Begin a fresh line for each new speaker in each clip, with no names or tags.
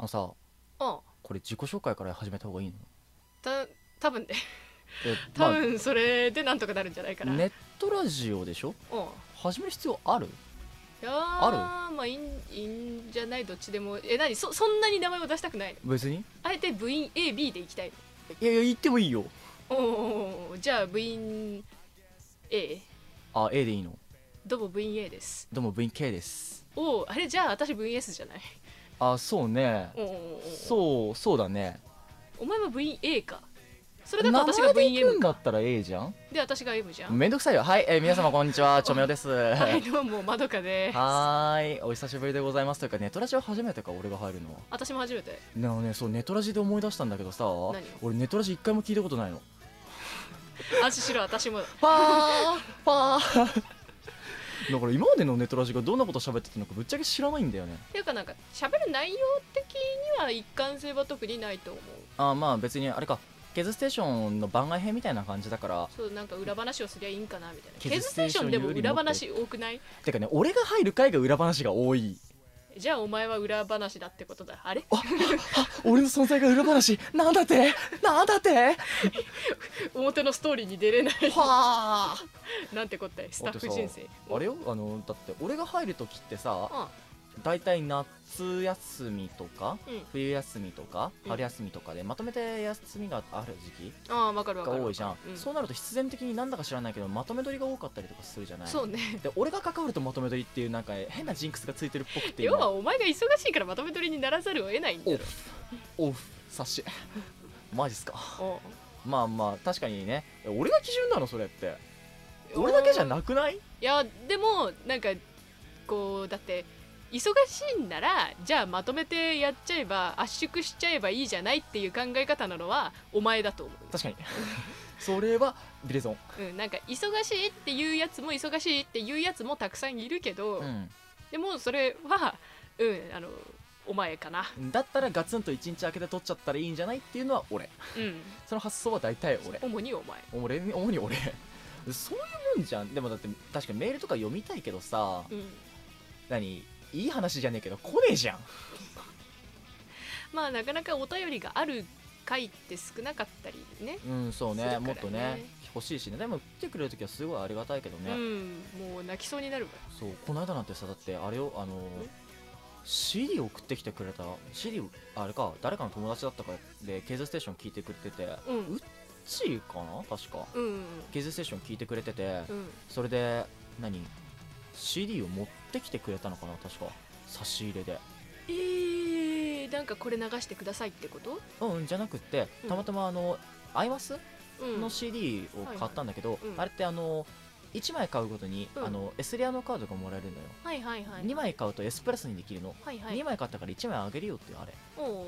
のさ
あ
これ自己紹介から始めた方がいいの
た多分ね
え
多
ま
分それでなんとかなるんじゃないか
あ、
な、
ネットラジオでしょ
うんい
始める必要ある
やーまあいいんいいんじゃないどっちでもえ何そそんなに名前を出したくないの
別に
あえて部員 AB でいきたい
いやいや言ってもいいよ
のおーじゃあ部員 A
あ A でいいの
どうも部員 A です
どうも部員 K です
おおあれじゃあ私部員 S じゃない
あそうね
おお
そうそうだね
お前は部員 A かそれだ
名
と
前
私が部員
で行く
M
んだったら A じゃん
で私が M じゃん
めんどくさいよはい、えー皆様こんにち はちょめよです
はいどうもまどかです
はーいお久しぶりでございますというかネトラジオ初めてか俺が入るのは
私も初めて
なのねそうネトラジで思い出したんだけどさ
何
俺ネトラジ一回も聞いたことないの
安心しろ私も
パーパー だから今までのネトラジがどんなこと喋ってたのかぶっちゃけ知らないんだよね
っていうかなんか喋る内容的には一貫性は特にないと思う
あまあ別にあれかケズステーションの番外編みたいな感じだから
そうなんか裏話をすりゃいいんかなみたいな
ケ
ケ
ズ
ズ
ス
ス
テ
テ
ー
ー
シ
シ
ョ
ョ
ンよ
ンで
りも
も裏話多くない
てかね俺が入る回が裏話が多い
じゃあお前は裏話だってことだあれ
俺の存在が裏話なんだってなんだっては
表のストーリーに出れない
あ
なんてこったいスタッフ人生
あれよあのだって俺が入る時ってさ大体夏休みとか
うん、うん、
冬休みとか
うん
春休みとかでまとめて休みがある時期
ああ分かる分
が
かる
多いじゃん、
うん
そうなると必然的になんだか知らないけどまとめ撮りが多かったりとかするじゃない
そうね
で俺が関わるとまとめ撮りっていうなんか変なジンクスがついてるっぽくて
要はお前が忙しいからまとめ取りにならざるを得ないんだ
オ
よ
フオフ差し マジっすか
お
まあまあ確かにね俺が基準なのそれって俺だけじゃ
い
なくない
いやでもなんかこうだって忙しいんならじゃあまとめてやっちゃえば圧縮しちゃえばいいじゃないっていう考え方なのはお前だと思
確かに それはビレゾン、
う、うん、なんか忙しいっていうやつも忙しいっていうやつもたくさんいるけど、でもそれはうんあのお前かな
うん、だったらガツンと1日空けて取っちゃったらいいんじゃないっていうのは俺
うん
その発想は大体俺
主にお前
俺に主に俺そういうもんじゃんでもだって確かにメールとか読みたいけどさ
うん
何いい話じゃねえけど来ねえじゃん
まあなかなかお便りがある回って少なかったりね
うんそうね
するからね
もっとね欲しいしねでも来てくれる時はすごいありがたいけどね、
うんもう泣きそうになるわ
そうこの間なんてさだってあれをあの CD 送ってきてくれた CD をあれか誰かの友達だったかで「ケーズステーション」聞いてくれてて
うん
うちーかな確か
うんうん
「ケーズステーション」聞いてくれてて
うん
それで何 CD を持ってきてくれたのかな確か差し入れで
えー、なんかこれ流してくださいってこと、
うんじゃなくって
うん
たまたまあの「アイマス」
うん、
の CD を買ったんだけど、
いはいうん
あれってあの1枚買うごとに、
うん
あのエスレアのカードがもらえるのよ、
はいはいはい
2枚買うと S プラスにできるの、
はいはい
2枚買ったから1枚あげるよっていうあれ
お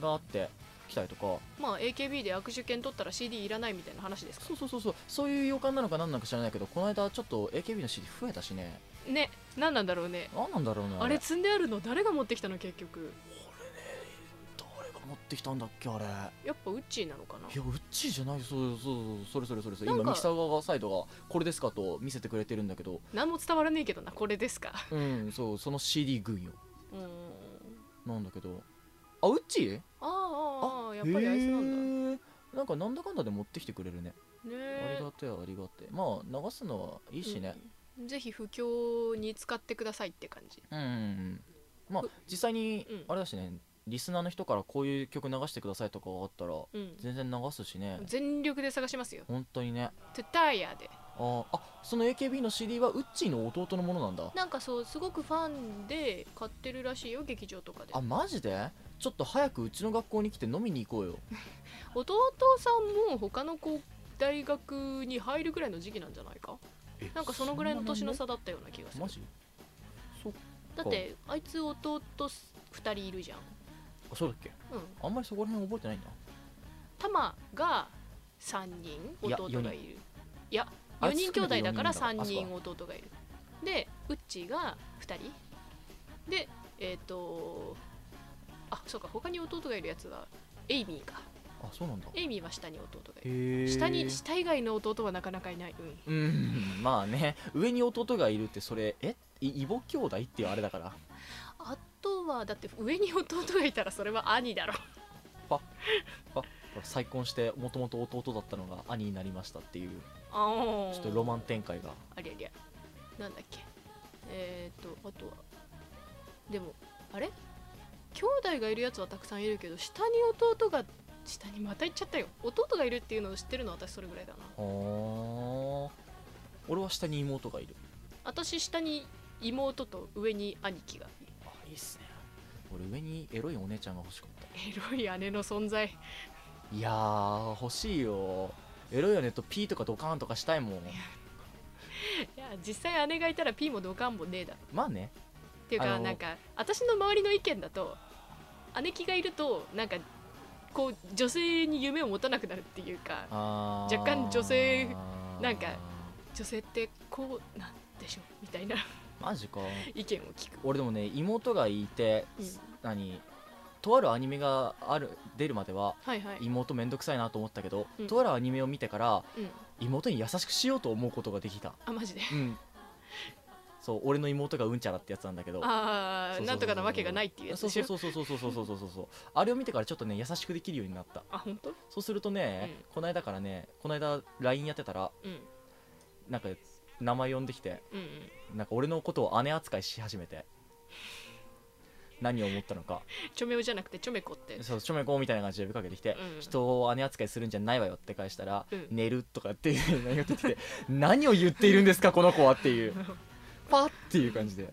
ー
があって来たりとか
まあ AKB で握手券取ったら CD いらないみたいな話ですか
そうそうそうそうそういう予感なのか何なのか知らないけどこの間ちょっと AKB の CD 増えたしね
ね何なんだろうね
何なんだろうね
あれ積んであるの誰が持ってきたの結局
誰が持ってきたんだっけあれい
やっぱウッチーなのかな
やうっちーじゃないそうそうそうそれそれそれそれ
なんか
今ミキサーがサイドがこれですかと見せてくれてるんだけど
何も伝わらねえけどなこれですか
うんそうその CD 群よ
うーん
なんだけどあうっちー
あーあーあーやっぱりアイスなんだ
へーなんかなんだかんだで持ってきてくれるね、
ね
ありがてえありがてえまあ流すのはいいしね
うんぜひ不況に使ってくださいって感じ
うん、うん、まあ実際に
うん
あれだしねリスナーの人からこういう曲流してくださいとかがあったら
うん
全然流すしね
全力で探しますよ
本当にね
トゥターヤで
あーあその AKB の CD はウッチーの弟のものなんだ
なんかそうすごくファンで買ってるらしいよ劇場とかで
あマジでちょっと早くうちの学校に来て飲みに行こうよ
弟さんも他の子大学に入るぐらいの時期なんじゃないかなんかそのぐらいの年の差だったような気がする
マジそ
だってあいつ弟2人いるじゃん
あそうだっけ
うん
あんまりそこら辺覚えてないんだ
タマが3人
いや
弟がいるいや
あ
4人兄弟だから
少なくとも
3
四人
人弟がいるでウッチーが2人でえっ、とあそうか他に弟がいるやつはエイミーか
あそうなんだ
エイミーは下に弟がいる
へえ
下に下以外の弟はなかなかいないうん
うんまあね上に弟がいるってそれえい異母兄弟っていうあれだから
あとはだって上に弟がいたらそれは兄だろ
ほら再婚してもともと弟だったのが兄になりましたっていう
あ
ち
ち
ょっとロマン展開が
ありゃりゃなんだっけえー、っとあとはでもあれ兄弟がいるやつはたくさんいるけど下に弟が下にまた行っちゃったよ弟がいるっていうのを知ってるの私それぐらいだな
はあ俺は下に妹がいる
私下に妹と上に兄貴がいる
あいいっすね俺上にエロいお姉ちゃんが欲しかった
エロい姉の存在
いやー欲しいよエロいよねとピーとかドカーンとかしたいもん
いや実際姉がいたら P もドカンもねえだろ
まあね
っていう
あ
か
の
なんか私の周りの意見だと姉貴がいるとなんかこう女性に夢を持たなくなるっていうか
あ
若干女性なんか
か
女性ってこうなんでしょみたいな
マジか
意見を聞く、
俺でもね妹がいて、
うん
何とあるアニメがある出るまでは
はいはい、
妹めんどくさいなと思ったけど、
うん
とあるアニメを見てから
うん、
妹に優しくしようと思うことができた
あマジで
うんそう俺の妹がうんちゃらってやつなんだけどそうそうそう
あ
そ
あ
う
なんとかなわけがないっていうやつ
そ
で
う
し
そう
ょ
そうそうそうそうそうそうそうそうあれを見てからちょっとね優しくできるようになった
あ本当
そうするとね、この間からねこの間 LINE やってたら
うん
なんか名前呼んできて
うんうん
なんか俺のことを姉扱いし始めて何を思ったのか
チョメオじゃなくてチョメコって
そうちょめこみたいな感じで呼びかけてきて、
うん
人を姉扱いするんじゃないわよって返したら、
うん
寝るとかっていうのが出てきて 何を言っているんですかこの子はっていうパッっていう感じで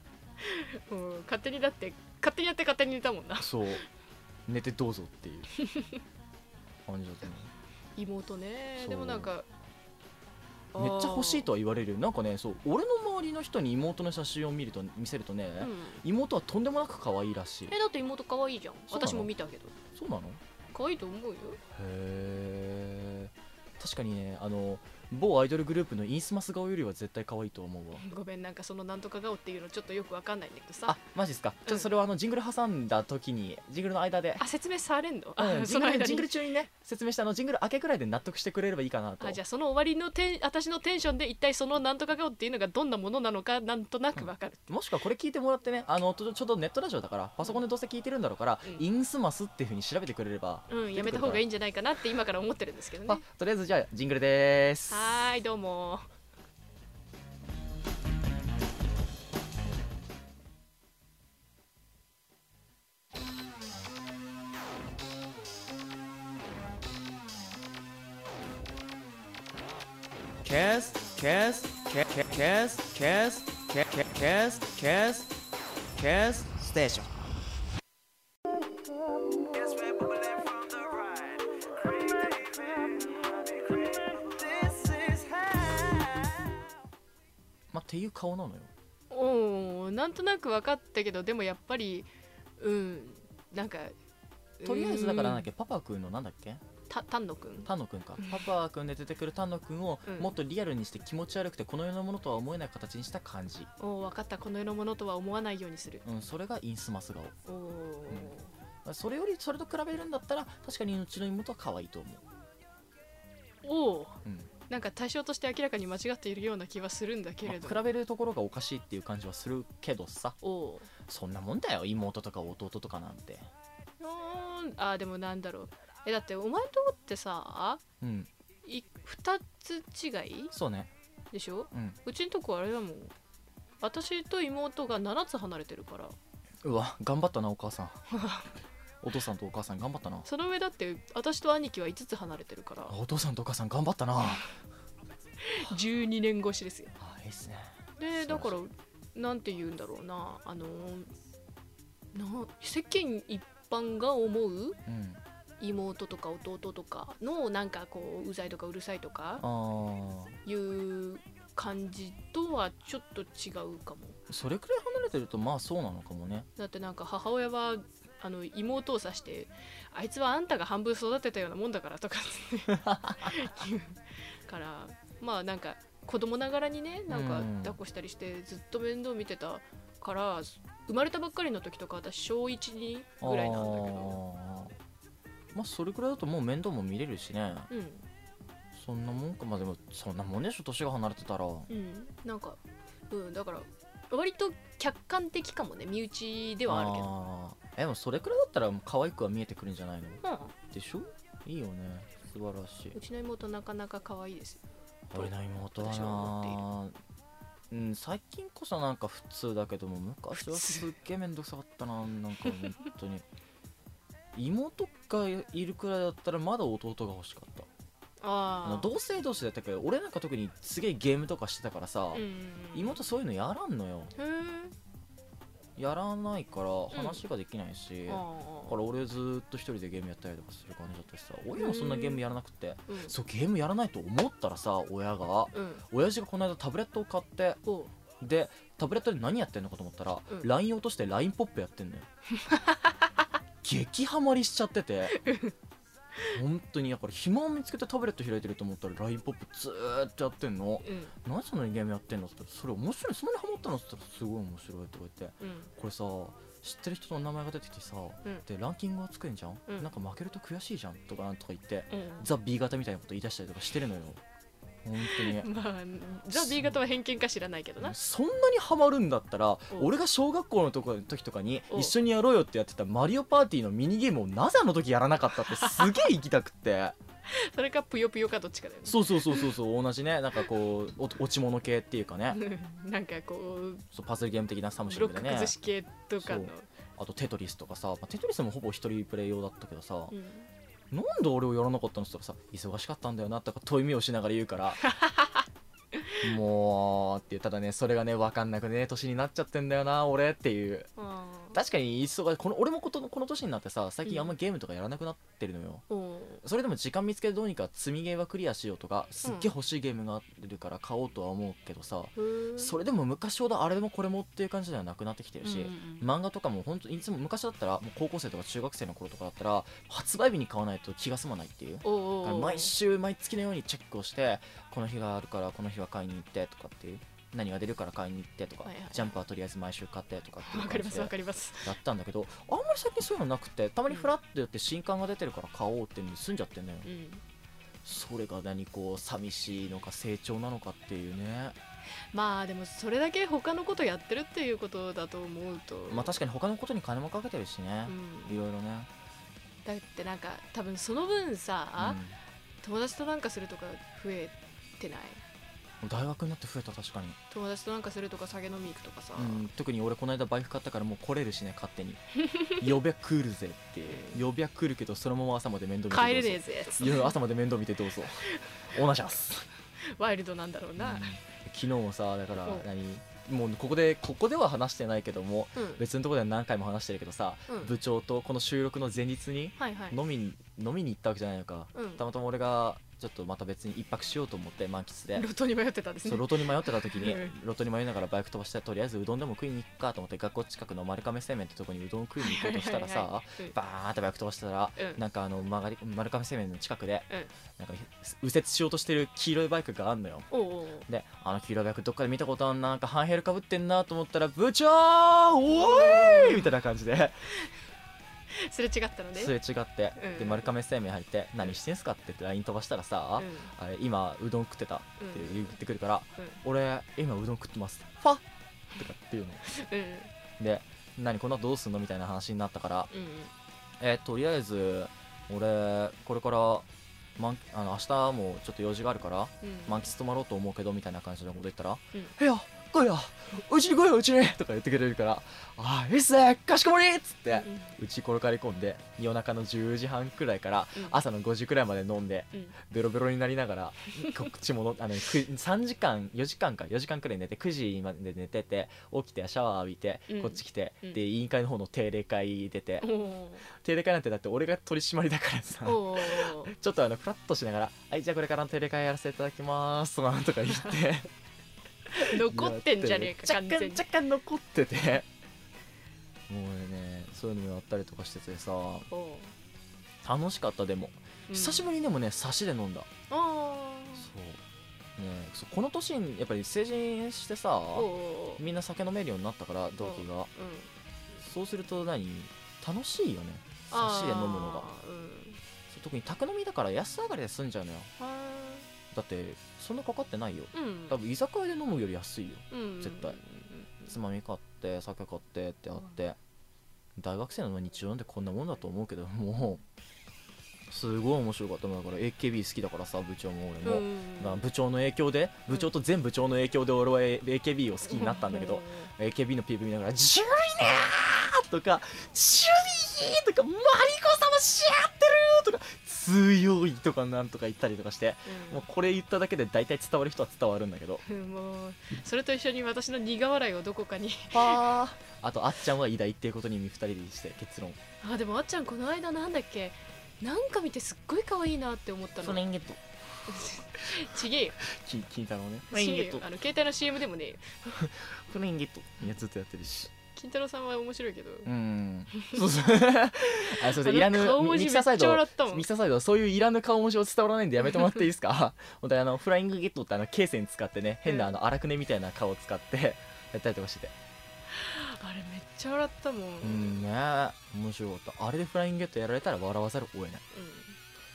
うん勝手にだって勝手にやって勝手に寝たもんな
そう寝てどうぞっていう 感じだったね
妹ね
そう
でもなんか
めっちゃ欲しいと
あ
は言われるよなんかねそう俺の周りの人に妹の写真を見ると見せるとね、
ーうん
妹はとんでもなく可愛いらしい
えだって妹可愛いじゃん
そうなの
私も見たけど
そうなの
可愛いと思うよ
へ え確かにねあの某アイドルグループのインスマス顔よりは絶対可愛いと思うわ
ごめんなんかそのなんとか顔っていうのちょっとよくわかんないんだけどさ
あマジですかちょっとそれはあのジングル挟んだ時にジングルの間で
あ説明されんの、
う
あ
んジ
そ
ン
の
グ
間
ル
に
ジングル中にね説明したあのジングル明けくらいで納得してくれればいいかなと
あじゃあその終わりのテン私のテンションで一体そのなんとか顔っていうのがどんなものなのかなんとなくわかる、
もしくはこれ聞いてもらってねあのちょちょうどネットラジオだからパソコンでどうせ聞いてるんだろうから、
うん
インスマスっていうふうに調べてくれれば
うんやめた方がいいんじゃないかなって今から思ってるんですけど
あ
ね
とりあえずじゃあジングルでーす
はーいどうも
ケースケースケケケースケースケケケースケースケースステーション
This is how.
まあっていう顔なのよ
おーなんとなく分かったけどでもやっぱりうんなんか
とりあえずだからなんだっ
け
けパパくんのなんだっけ
た丹野くん
丹野くんかパパくんで出てくる丹野くんを
うん
もっとリアルにして気持ち悪くてこの世のものとは思えない形にした感じ
おー分かったこの世のものとは思わないようにする
うんそれがインスマス顔
おー、
それよりそれと比べるんだったら確かにうちの妹は可愛いと思う
おー
うん
なんか対象として明らかに間違っているような気はするんだけ
ま
れど
あ比べるところがおかしいっていう感じはするけどさ
おー
そんなもんだよ妹とか弟とかなんて
うーんあーでもなんだろうえだってお前とってさ
うん
い2つ違い
そうね
でしょ
うん
うちんとこあれだもん私と妹が7つ離れてるから
うわ頑張ったなお母さ んお父さんとお母さん頑張ったな
その上だって私と兄貴は5つ離れてるから
あお父さんとお母さん頑張ったなあ
12年越しですよ
いいっすね
で
そ
だ
うそ
か
う
らなんて言うんだろうなあのな世間一般が思う
うん
妹とか弟とかのなんかこううざいとかうるさいとか
あ
いう感じとはちょっと違うかも
あそれくらい離れてるとまあそうなのかもね
だってなんか母親はあの妹を指して「あいつはあんたが半分育てたようなもんだから」とかって言うからまあなんか子供ながらにねなんか
うん
抱っこしたりしてずっと面倒見てたから生まれたばっかりの時とか私小1にぐらいなんだけど
あーまあそれくらいだともう面倒も見れるしね
うん
そんなもんかまあでもそんなもんでしょ年が離れてたら
うんなんかうんだから割と客観的かもね身内で
で
はあるけど
あえでもそれくらいだったらもう可愛くは見えてくるんじゃないの
うん
でしょいいよね素晴らしいう
ちの妹なかなか可愛いですよ
俺の妹
私は思
はなうん、最近こそなんか普通だけども昔はすっげえ面倒くさかったななんか本当に妹がいるくらいだったらまだ弟が欲しかったあの
ああ
同性同士だったけど俺なんか特にすげえゲームとかしてたからさ、
うんうんうん
妹そういうのやらんのよ
へー
やらないから
ん
話ができないし、だ
あ
から俺ずーっと一人でゲームやったりとかする感じだったしさ親もそんなゲームやらなくて、
ーうん
そうゲームやらないと思ったらさ親が
うん
親父がこの間タブレットを買って
おう
でタブレットで何やってんのかと思ったら、
うん
LINE 落として LINE ポップやってんのよ激ハマりしちゃってて本当にだから暇を見つけてタブレット開いてると思ったら LINE ポップずーっとやってんの
うん
何そんなにゲームやってんのって言ったらそれ面白いそんなにハマったのって言ったらすごい面白いとか言って
うん
これさ知ってる人の名前が出てきてさ、
ん
でランキングが作れんじゃん、
うん
なんか負けると悔しいじゃんとかなんとか言って、
うん
ザ・ B 型みたいなこと言い出したりとかしてるのよ本当 に
まあザ・ B 型は偏見か知らないけどな
そんなにハマるんだったら
うん
俺が小学校のとこ時とかに
うん
一緒にやろうよってやってたマリオパーティーのミニゲームをなぜあの時やらなかったってすげえ行きたくって
それかぷよぷよかどっちかだよね
そうそうそうそうそう同じねなんかこうお落ち物系っていうかね
なんかこう
そうパズルゲーム的なサムシ
ブ
ン
ロ
グ
ッ
でね
ク崩し系とかの
あとテトリスとかさ、まあテトリスもほぼ一人プレイ用だったけどさ、
うん
なんで俺をやらなかったのって言ったらさ忙しかったんだよなとか問い目をしながら言うから もうっていうただねそれがね分かんなくね年になっちゃってんだよな俺っていう
あー
確かに忙しいこの俺もことこの年になってさ最近あんまゲームとかやらなくなってるのよ、
おう
それでも時間見つけてどうにか積みゲーはクリアしようとかすっげえ欲しいゲームがあるから買おうとは思うけどさ、
へー
それでも昔ほどあれもこれもっていう感じではなくなってきてるし、
うんうん
漫画とかも本当いつも昔だったらもう高校生とか中学生の頃とかだったら発売日に買わないと気が済まないっていう
おうおうおう
毎週毎月のようにチェックをしてこの日があるからこの日は買いに行ってとかっていう何が出るから買いに行ってとか、
はいはい
ジャンプはとりあえず毎週買ってとかっていう
わ
感
かりま
じ
す
で
わかります
やったんだけどあんまり最近そういうのなくてたまにフラッとやって新刊が出てるから買おうっていうのに済んじゃってんのよ、
うん
それが何こう寂しいのか成長なのかっていうね
まあでもそれだけ他のことやってるっていうことだと思うと
まあ確かに他のことに金もかけてるしね
う、
い
ん、
ろいろね、
だってなんか多分その分さ、友達となんかするとか増えてない
うん、大学になって増えた確かに、
友達となんかするとか酒飲み行くとかさ、
うん、特に俺この間バイク買ったからもう来れるしね勝手 に呼びゃ来るぜっていう呼びゃ来るけどそのまま朝まで面倒見てどうぞ
帰れねえぜ
いや朝まで面倒見てどうぞお願いします
ワイルドなんだろう
う、
なん
昨日もさだから
うん
何もうここでここでは話してないけども
うん
別のところでは何回も話してるけどさ、
うん
部長とこの収録の前日に
はいはい
飲みに飲みに行ったわけじゃないのか、
うん
たまたま俺がちょっとまた別に一泊しようと思って満喫で
路頭に迷ってたんです
そう
ね
路頭に迷ってた時に
うん
路頭に迷いながらバイク飛ばしてとりあえずうどんでも食いに行くかと思って学校近くの丸亀製麺ってとこにうどんを食いに行こうとしたらさ、
はいはいはいうん
バーンってバイク飛ばしてたら、
うん
なんかあの曲がり丸亀製麺の近くで、
うん
なんか右折しようとしてる黄色いバイクがあんのよ
おうおうおう
であの黄色いバイクどっかで見たことあんななんかハンヘルかぶってんなと思ったら部長おーいみたいな感じです
れ違ったのね
すれ違って、
うん
で丸亀製麺入って何してんすかって言って LINE 飛ばしたらさ、あれ今うどん食ってたって言ってくるから、
うんうん
俺今うどん食ってますファッとかっていうの
うんうん
で何こんなどうすんのみたいな話になったから
うん
えーとりあえず俺これからまんあの明日もちょっと用事があるから
うん
満喫泊まろうと思うけどみたいな感じのこと言ったら「
うん
いや来いようちに来いようちに!」とか言ってくれるから「ああいいっすねかしこまり!」っつって
うん
うち転がり込んで夜中の10時半くらいから
うん
朝の5時くらいまで飲んで
うん
ベロベロになりながらこっちものあのく3時間4時間か4時間くらい寝て9時まで寝てて起きてシャワー浴びて、
うん
こっち来て、
うん
で委員会の方の定例会出て、
おう
定例会なんてだって俺が取り締まりだからさ
おうおうおう
ちょっとあのフラッとしながら「はいじゃあこれからの定例会やらせていただきます」とかなんとか言って
残ってんじゃねえか
やっ
完
て
全
る
に
若干若干残っててもうねそういうのもやったりとかしててさ
おう
楽しかったでも、久しぶりにでもねサシで飲んだ
りあ
そうねそうこの年にやっぱり成人してさ
あおうおうおう
みんな酒飲めるようになったから同期が
うん
そうすると何楽しいよね
あ
サシで飲むのが
ーうん
そう特に宅飲みだから安上がりで済んじゃうのよ
は
だってそんなかかってないよ
ーうん
多分居酒屋で飲むより安いよ
うん
絶対つまみ買って酒買ってってあって、大学生の日常なんてこんなもんだと思うけどもうすごい面白かったもんだから AKB 好きだからさ部長も俺も、まあ、部長の影響で部長と全部長の影響で俺は AKB を好きになったんだけど、AKB の PV 見ながら「ジュリナー!」とか「ジュリー!」とか「マリコ様し合ってる!」とか「強い!」とかなんとか言ったりとかしてもうこれ言っただけで大体伝わる人は伝わるんだけど
うんうんもうそれと一緒に私の苦笑いをどこかに
あとあっちゃんは偉大っていうことに2人でして結論
あでもあっちゃんこの間なんだっけなんか見てすっごい可愛いなって思ったの
人間と
ちげえよ
金太郎ね
ちげえよあの携帯の CM でもねえよ
フレンゲットいやずっとやってるし
金太郎さんは面白いけど
うんそうそうあそうそういらぬ
あの顔文字
ミキサーサイ
めっちゃ
ド
笑ったもん
ミキサーサイドそういういらぬ顔文字を伝わらないんでやめてもらっていいですか 本当にあのフライングゲットってあのケーセン使ってね変なあの荒くねみたいな顔を使ってやったりとかしてて
あれめっちゃ笑ったもん、
う
うん
んね面白かったあれでフライングゲットやられたら笑わざるを得ない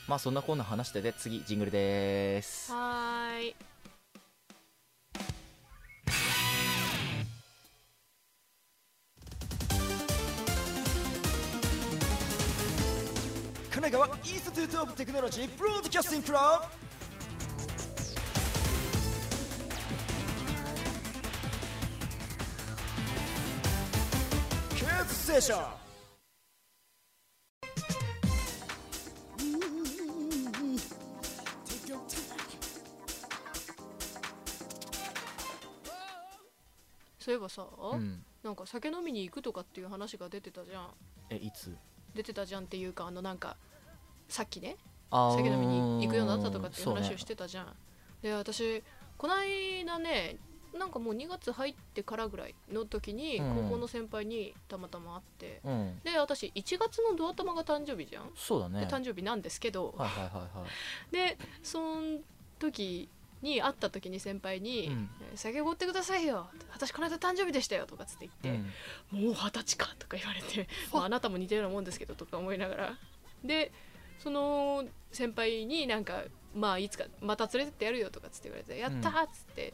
まあそんなこんな話してて次ジングルでーす
はーい
神奈川インスティテュート・オブ・テクノロジー・ブロードキャスティング・クラブキッズ・ステーション
そういえばさ、
うん
なんか酒飲みに行くとかっていう話が出てたじゃん
えいつ
出てたじゃんっていうかあのなんかさっきね
あー
酒飲みに行くようになったとかっていう
そうね
話をしてたじゃん、で私こないだねなんかもう2月入ってからぐらいの時に
うん
高校の先輩にたまたま会って、
うん
で私1月のドア玉が誕生日じゃん、
そうだ
で
ね
誕生日なんですけど、
はいはいはいはい
でその時に会った時に先輩に「
うん
えー酒おごってくださいよ私この間誕生日でしたよ」とかつって言って「もう二十歳か」とか言われ て「まあ、あなたも似たようなもんですけど」とか思いながらでその先輩になんか「まあいつかまた連れてってやるよ」とかつって言われて「やった!」っつって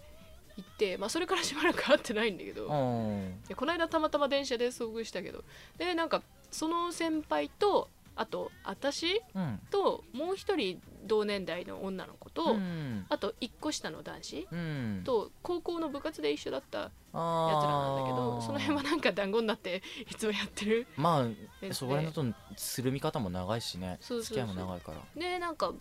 言って、まあ、それからしばらく会ってないんだけど、
うんうん
でこの間たまたま電車で遭遇したけどでなんかその先輩とあと私
うん
ともう一人同年代の女の子と、
うん
あと一個下の男子
うん、
と高校の部活で一緒だったや
やつら
つらなんだけどその辺はなんか団子になっていつもやってる
ま
で
あそこら辺だとつるみ方も長いしね
そうそ
付
うそう
き合いも長いから
でなんか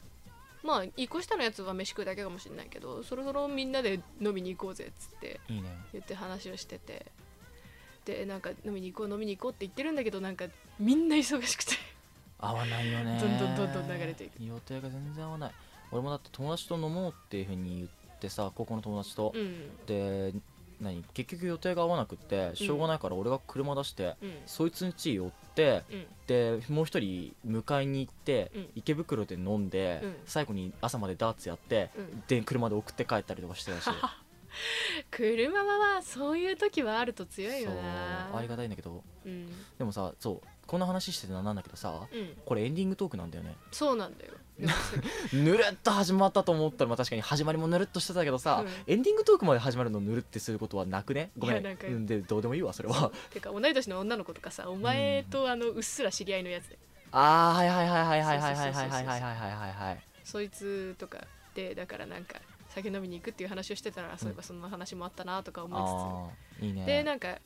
まあ一個下のやつは飯食うだけかもしれないけどそろそろみんなで飲みに行こうぜっつって
いいね
言って話をしててでなんか飲みに行こう飲みに行こうって言ってるんだけどなんかみんな忙しくて
合わないよね
どんどんどんどん流れていく
予定が全然合わない俺もだって友達と飲もうっていうふうに言ってさ高校の友達と、
うん
で何結局予定が合わなくってしょうがないから俺が車出して、
うん
そいつん家寄って
うん
でもう一人迎えに行って、
うん
池袋で飲んで、
うん
最後に朝までダーツやって、
うん
で車で送って帰ったりとかしてたし
車はまあそういう時はあると強 い
そ
よ
う
な
ありがたいんだけど
うん
でもさそうこんな話しててなんだけどさ
うん
これエンディングトークなんだよね
そうなんだよでもさ
ぬるっと始まったと思ったら、まあ、確かに始まりもぬるっとしてたけどさ、
う
エンディングトークまで始まるのぬるってすることはなくねごめ
い
ん
やなんか
うんでどうでもいいわそれは
てか同い年の女の子とかさお前とあのうっすら知り合いのやつで
あーはいはいはいはいはいはい
そ
は
う
い
そう
は
そう
い
そ
は
う
いはいはいはいはい
そいつとかでだからなんか酒飲みに行くっていう話をしてたら、そういえばそんな話もあったなとか思
あーいい
いつ
ね
つでなんか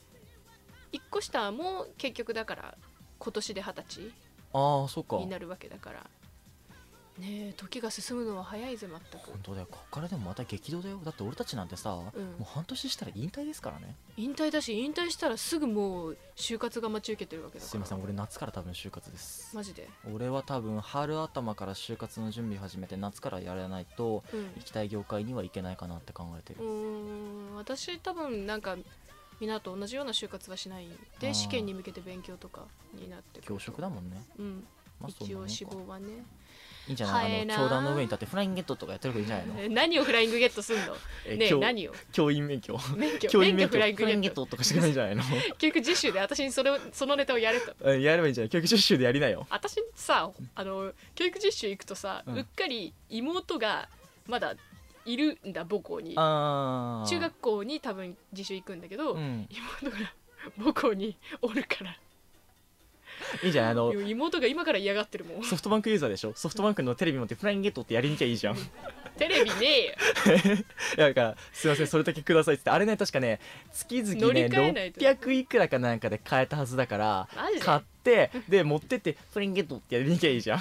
一個下も結局だから今年で二十
ああそっか
歳に
本
なるわけだからねえ時が進むのは早いぜ全く
当だよこっからでもまた激動だよだって俺たちなんてさ、も
うん
う半年したら引退ですからね
引退だし引退したらすぐもう就活が待ち受けてるわけだから
すいません俺夏から多分就活です
マジで
俺は多分春頭から就活の準備始めて夏からやらないと
うん
行きたい業界には行けないかなって考えて
う
る
ーん私多分なんかみんなと同じような就活はしない
あ
で
ー
試験に向けて勉強とかになってくる
教職だもんね、
うん
まあ、そん
一
な
応
もん
志
か
望はね
いいんじゃない、
早い
あ
な
の
あ
教団の上に立ってフライングゲットとかやってる子いいんじゃないの
え 何をフライングゲットすんの
え
ねえ
教
何を
教員 免許
免許
教員
免
免
許
許
フライングゲット
トとかしてくれんじゃない の
結局自習で私にそれをそのネタをやれと
うんやればいいんじゃない教育実習でやりなよ
私さあの教育実習行くとさ、う
うん
っかり妹がまだいるんだ母校に
ああ
中学校 に多分自習行くんだけど、
うん
妹が母校におるから
いいじゃんあ の
いや妹が今から嫌がってるもん
ソフトバンクユーザーでしょソフトバンクのテレビ持ってフライングゲットってやりにきゃいいじゃん
テレビねえよ
なんかすいませんそれだけくださいっつってあれね確かね月々
乗り
ね
換えないと
600いくらかなんかで買えたはずだから
マジで
買ってで持ってってフライングゲットってやりにきゃいいじゃん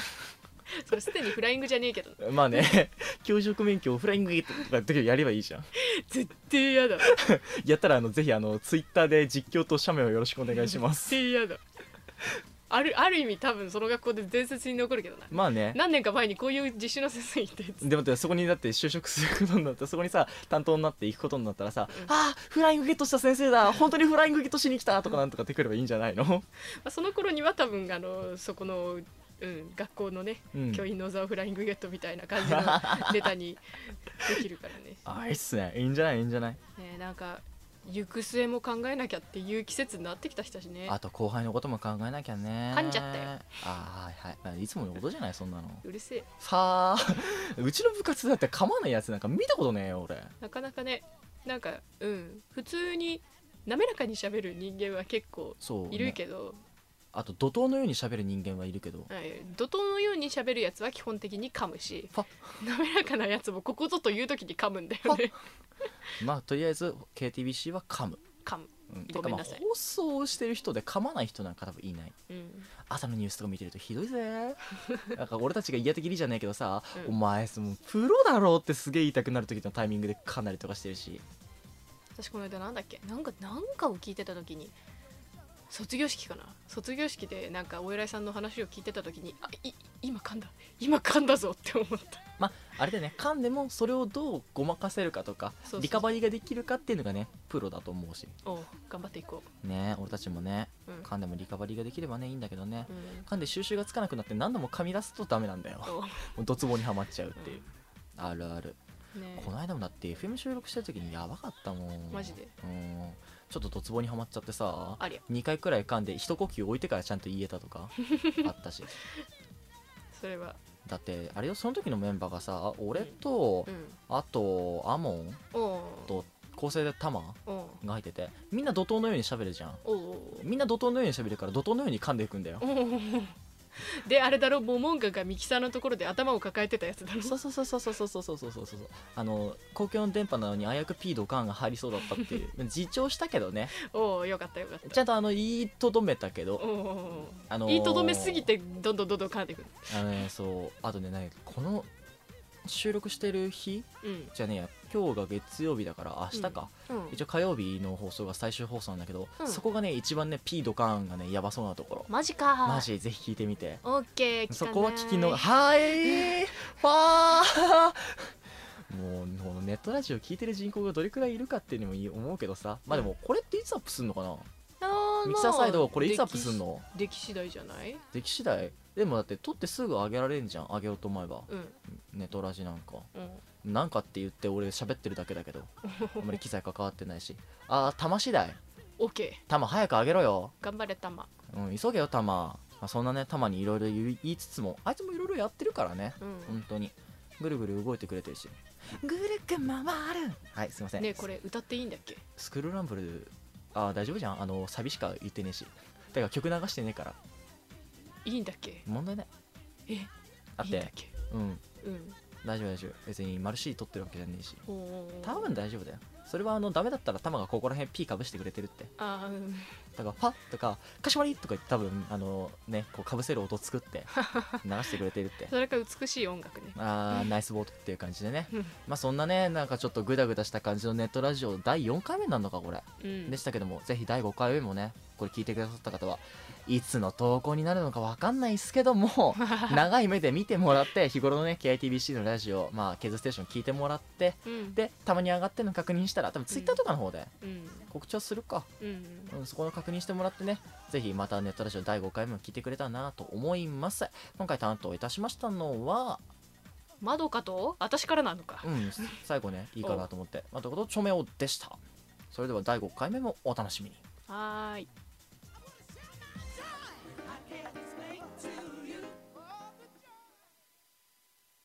それすでにフライングじゃねえけど
まあね 教職免許をフライングゲットとかだけやればいいじゃん
絶対嫌だ絶
やったらあのぜひあのツイッターで実況と写メをよろしくお願いし ます
対嫌だあるある意味多分その学校で伝説に残るけどな
まあね
何年か前にこういう実習の先生いて
でもだってそこにだって就職することになったらそこにさ担当になって行くことになったらさ「あーフライングゲットした先生だ本当にフライングゲットしに来た」とかなんとかってくればいいんじゃないの、
まあその頃には多分あのそこの、うん、学校のね、
うん、
教員の座をフライングゲットみたいな感じのネタにできるからね
あいいっすねいいんじゃないいいんじゃない
ねなんか行く末も考えなきゃっていう季節になってきたしだしね
あと後輩のことも考えなきゃね
噛んじゃったよ
あーはいはいまあいつものことじゃないそんなの
うるせえ
さあ うちの部活だって噛まないやつなんか見たことねえよ俺
なかなかねなんかうん普通に滑らかに喋る人間は結構
そう、ね、
いるけど、
あと怒涛のように喋る人間はいるけど
はい怒涛のように喋るやつは基本的に噛むし
ファ
滑らかなやつもここぞという時に噛むんだよね
まあとりあえず KTBC は噛む
噛む、
うん、
ごめんなさい
てかまあ放送をしてる人で噛まない人なんか多分いない
うん、
朝のニュースとか見てるとひどい ぜなんか俺たちが嫌的にじゃないけどさ、
うん
お前そのプロだろってすげえ言いたくなる時のタイミングでかなりとかしてるし
私この間なんだっけなんかなんかを聞いてた時に卒業式かな卒業式でなんかお偉いさんの話を聞いてた時にあい今噛んだ今噛んだぞって思った
まああれだよね噛んでもそれをどうごまかせるかとか
そうそう
リカバリーができるかっていうのがねプロだと思うし
おう頑張っていこ
ね俺たちもね
う、うん
噛んでもリカバリーができればねいいんだけどね
うん
噛んで収集がつかなくなって何度も噛み出すとダメなんだよ
おう
もうドツボにはまっちゃうっていう、あるある
ね
この間もだって FM 収録してる時にやばかったもん
マジで
うんちょっとドツボにはまっちゃってさ
ありゃ
2回くらい噛んで一呼吸置いてからちゃんと言えたと かあったし
それは
だってあれよその時のメンバーがさ俺と
う、ん
あとアモン
おう
と構成でタマ
おう
が入っててみんな怒涛のように喋るじゃん
おう
みんな怒涛のように喋るから怒涛のように噛んでいくんだよ
おうおうであれだろモモンガがミキサーのところで頭を抱えてたやつだろ
そうそうそうそうそうそうそうそうそうそうそうあの公共の電波なのに危うく P ドカンが入りそうだったっていう 自重したけどね
おおよかったよかった
ちゃんとあの言いとどめたけ
お
ど、
うおうおう
あのー
言いとどめすぎてどんどんどんどん噛んでくる
あのねそうあとね何この収録してる日
うん
じゃねえや今日が月曜日だから明日か、
うん
一応火曜日の放送が最終放送なんだけど、
うん
そこがね一番ね P ドカーンがねやばそうなところ
マジか
マジぜひ聞いてみて
オッケー
そこは聞きの
あ
はいわー もうもうネットラジオ聞いてる人口がどれくらいいるかっていうのもいい思うけどさまあでもこれっていつアップすんのかな、
ー
ミキサーサイドこれいつ
ま
ア
あ
ップすんの
出来次第じゃない
出来次第でもだって撮ってすぐ上げられんじゃん上げようと思えば
うん
ネトラジなんか
うん
なんかって言って俺喋ってるだけだけ どあんまり機材関わってないしああ玉次第
オッケ
玉早く上げろよ、
ー頑張れたま
うん、急げよ玉、まあ、そんなね玉にいろいろ言いつつもあいつもいろいろやってるからね
う
本
ん
当にぐるぐる動いてくれてるしぐるぐる回るはいすいません
ねえこれ歌っていいんだっけ
スクールランブルあー大丈夫じゃんあのサビしか言ってねえしだから曲流してねえから
いいんだっけ
問題ない
え
だっ
いいんだってけ
うん
うん
大丈夫大丈夫別にマルシー取ってるわけじゃねえし
おー
多分大丈夫だよそれはあのダメだったら玉がここら辺ピーかぶしてくれてるって
あーうん
だから「パッ」とか「かしわり」とか言って多分あのねこうかぶせる音作って 流してくれてるって
それから美しい音楽ね
あーナイスボートっていう感じでね
うん
まあそんなねなんかちょっとグダグダした感じのネットラジオ第4回目になるのかこれ
うん
でしたけどもぜひ第5回目もねこれ聞いてくださった方はいつの投稿になるのかわかんないですけど も長い目で見てもらって日頃のね KITBC のラジオまあケズステーション聞いてもらって
うん
でたまに上がってるの確認したら多分 Twitter とかの方で
うん
告知をするか、
うん
うん、そこの確認してもらってねぜひまたネットラジオ第5回目も聞いてくれたらなと思います今回担当いたしましたのは
まどかと私からなのか
うん 最後ねいいかなと思ってまあということで著名王でしたそれでは第5回目もお楽しみに
はーい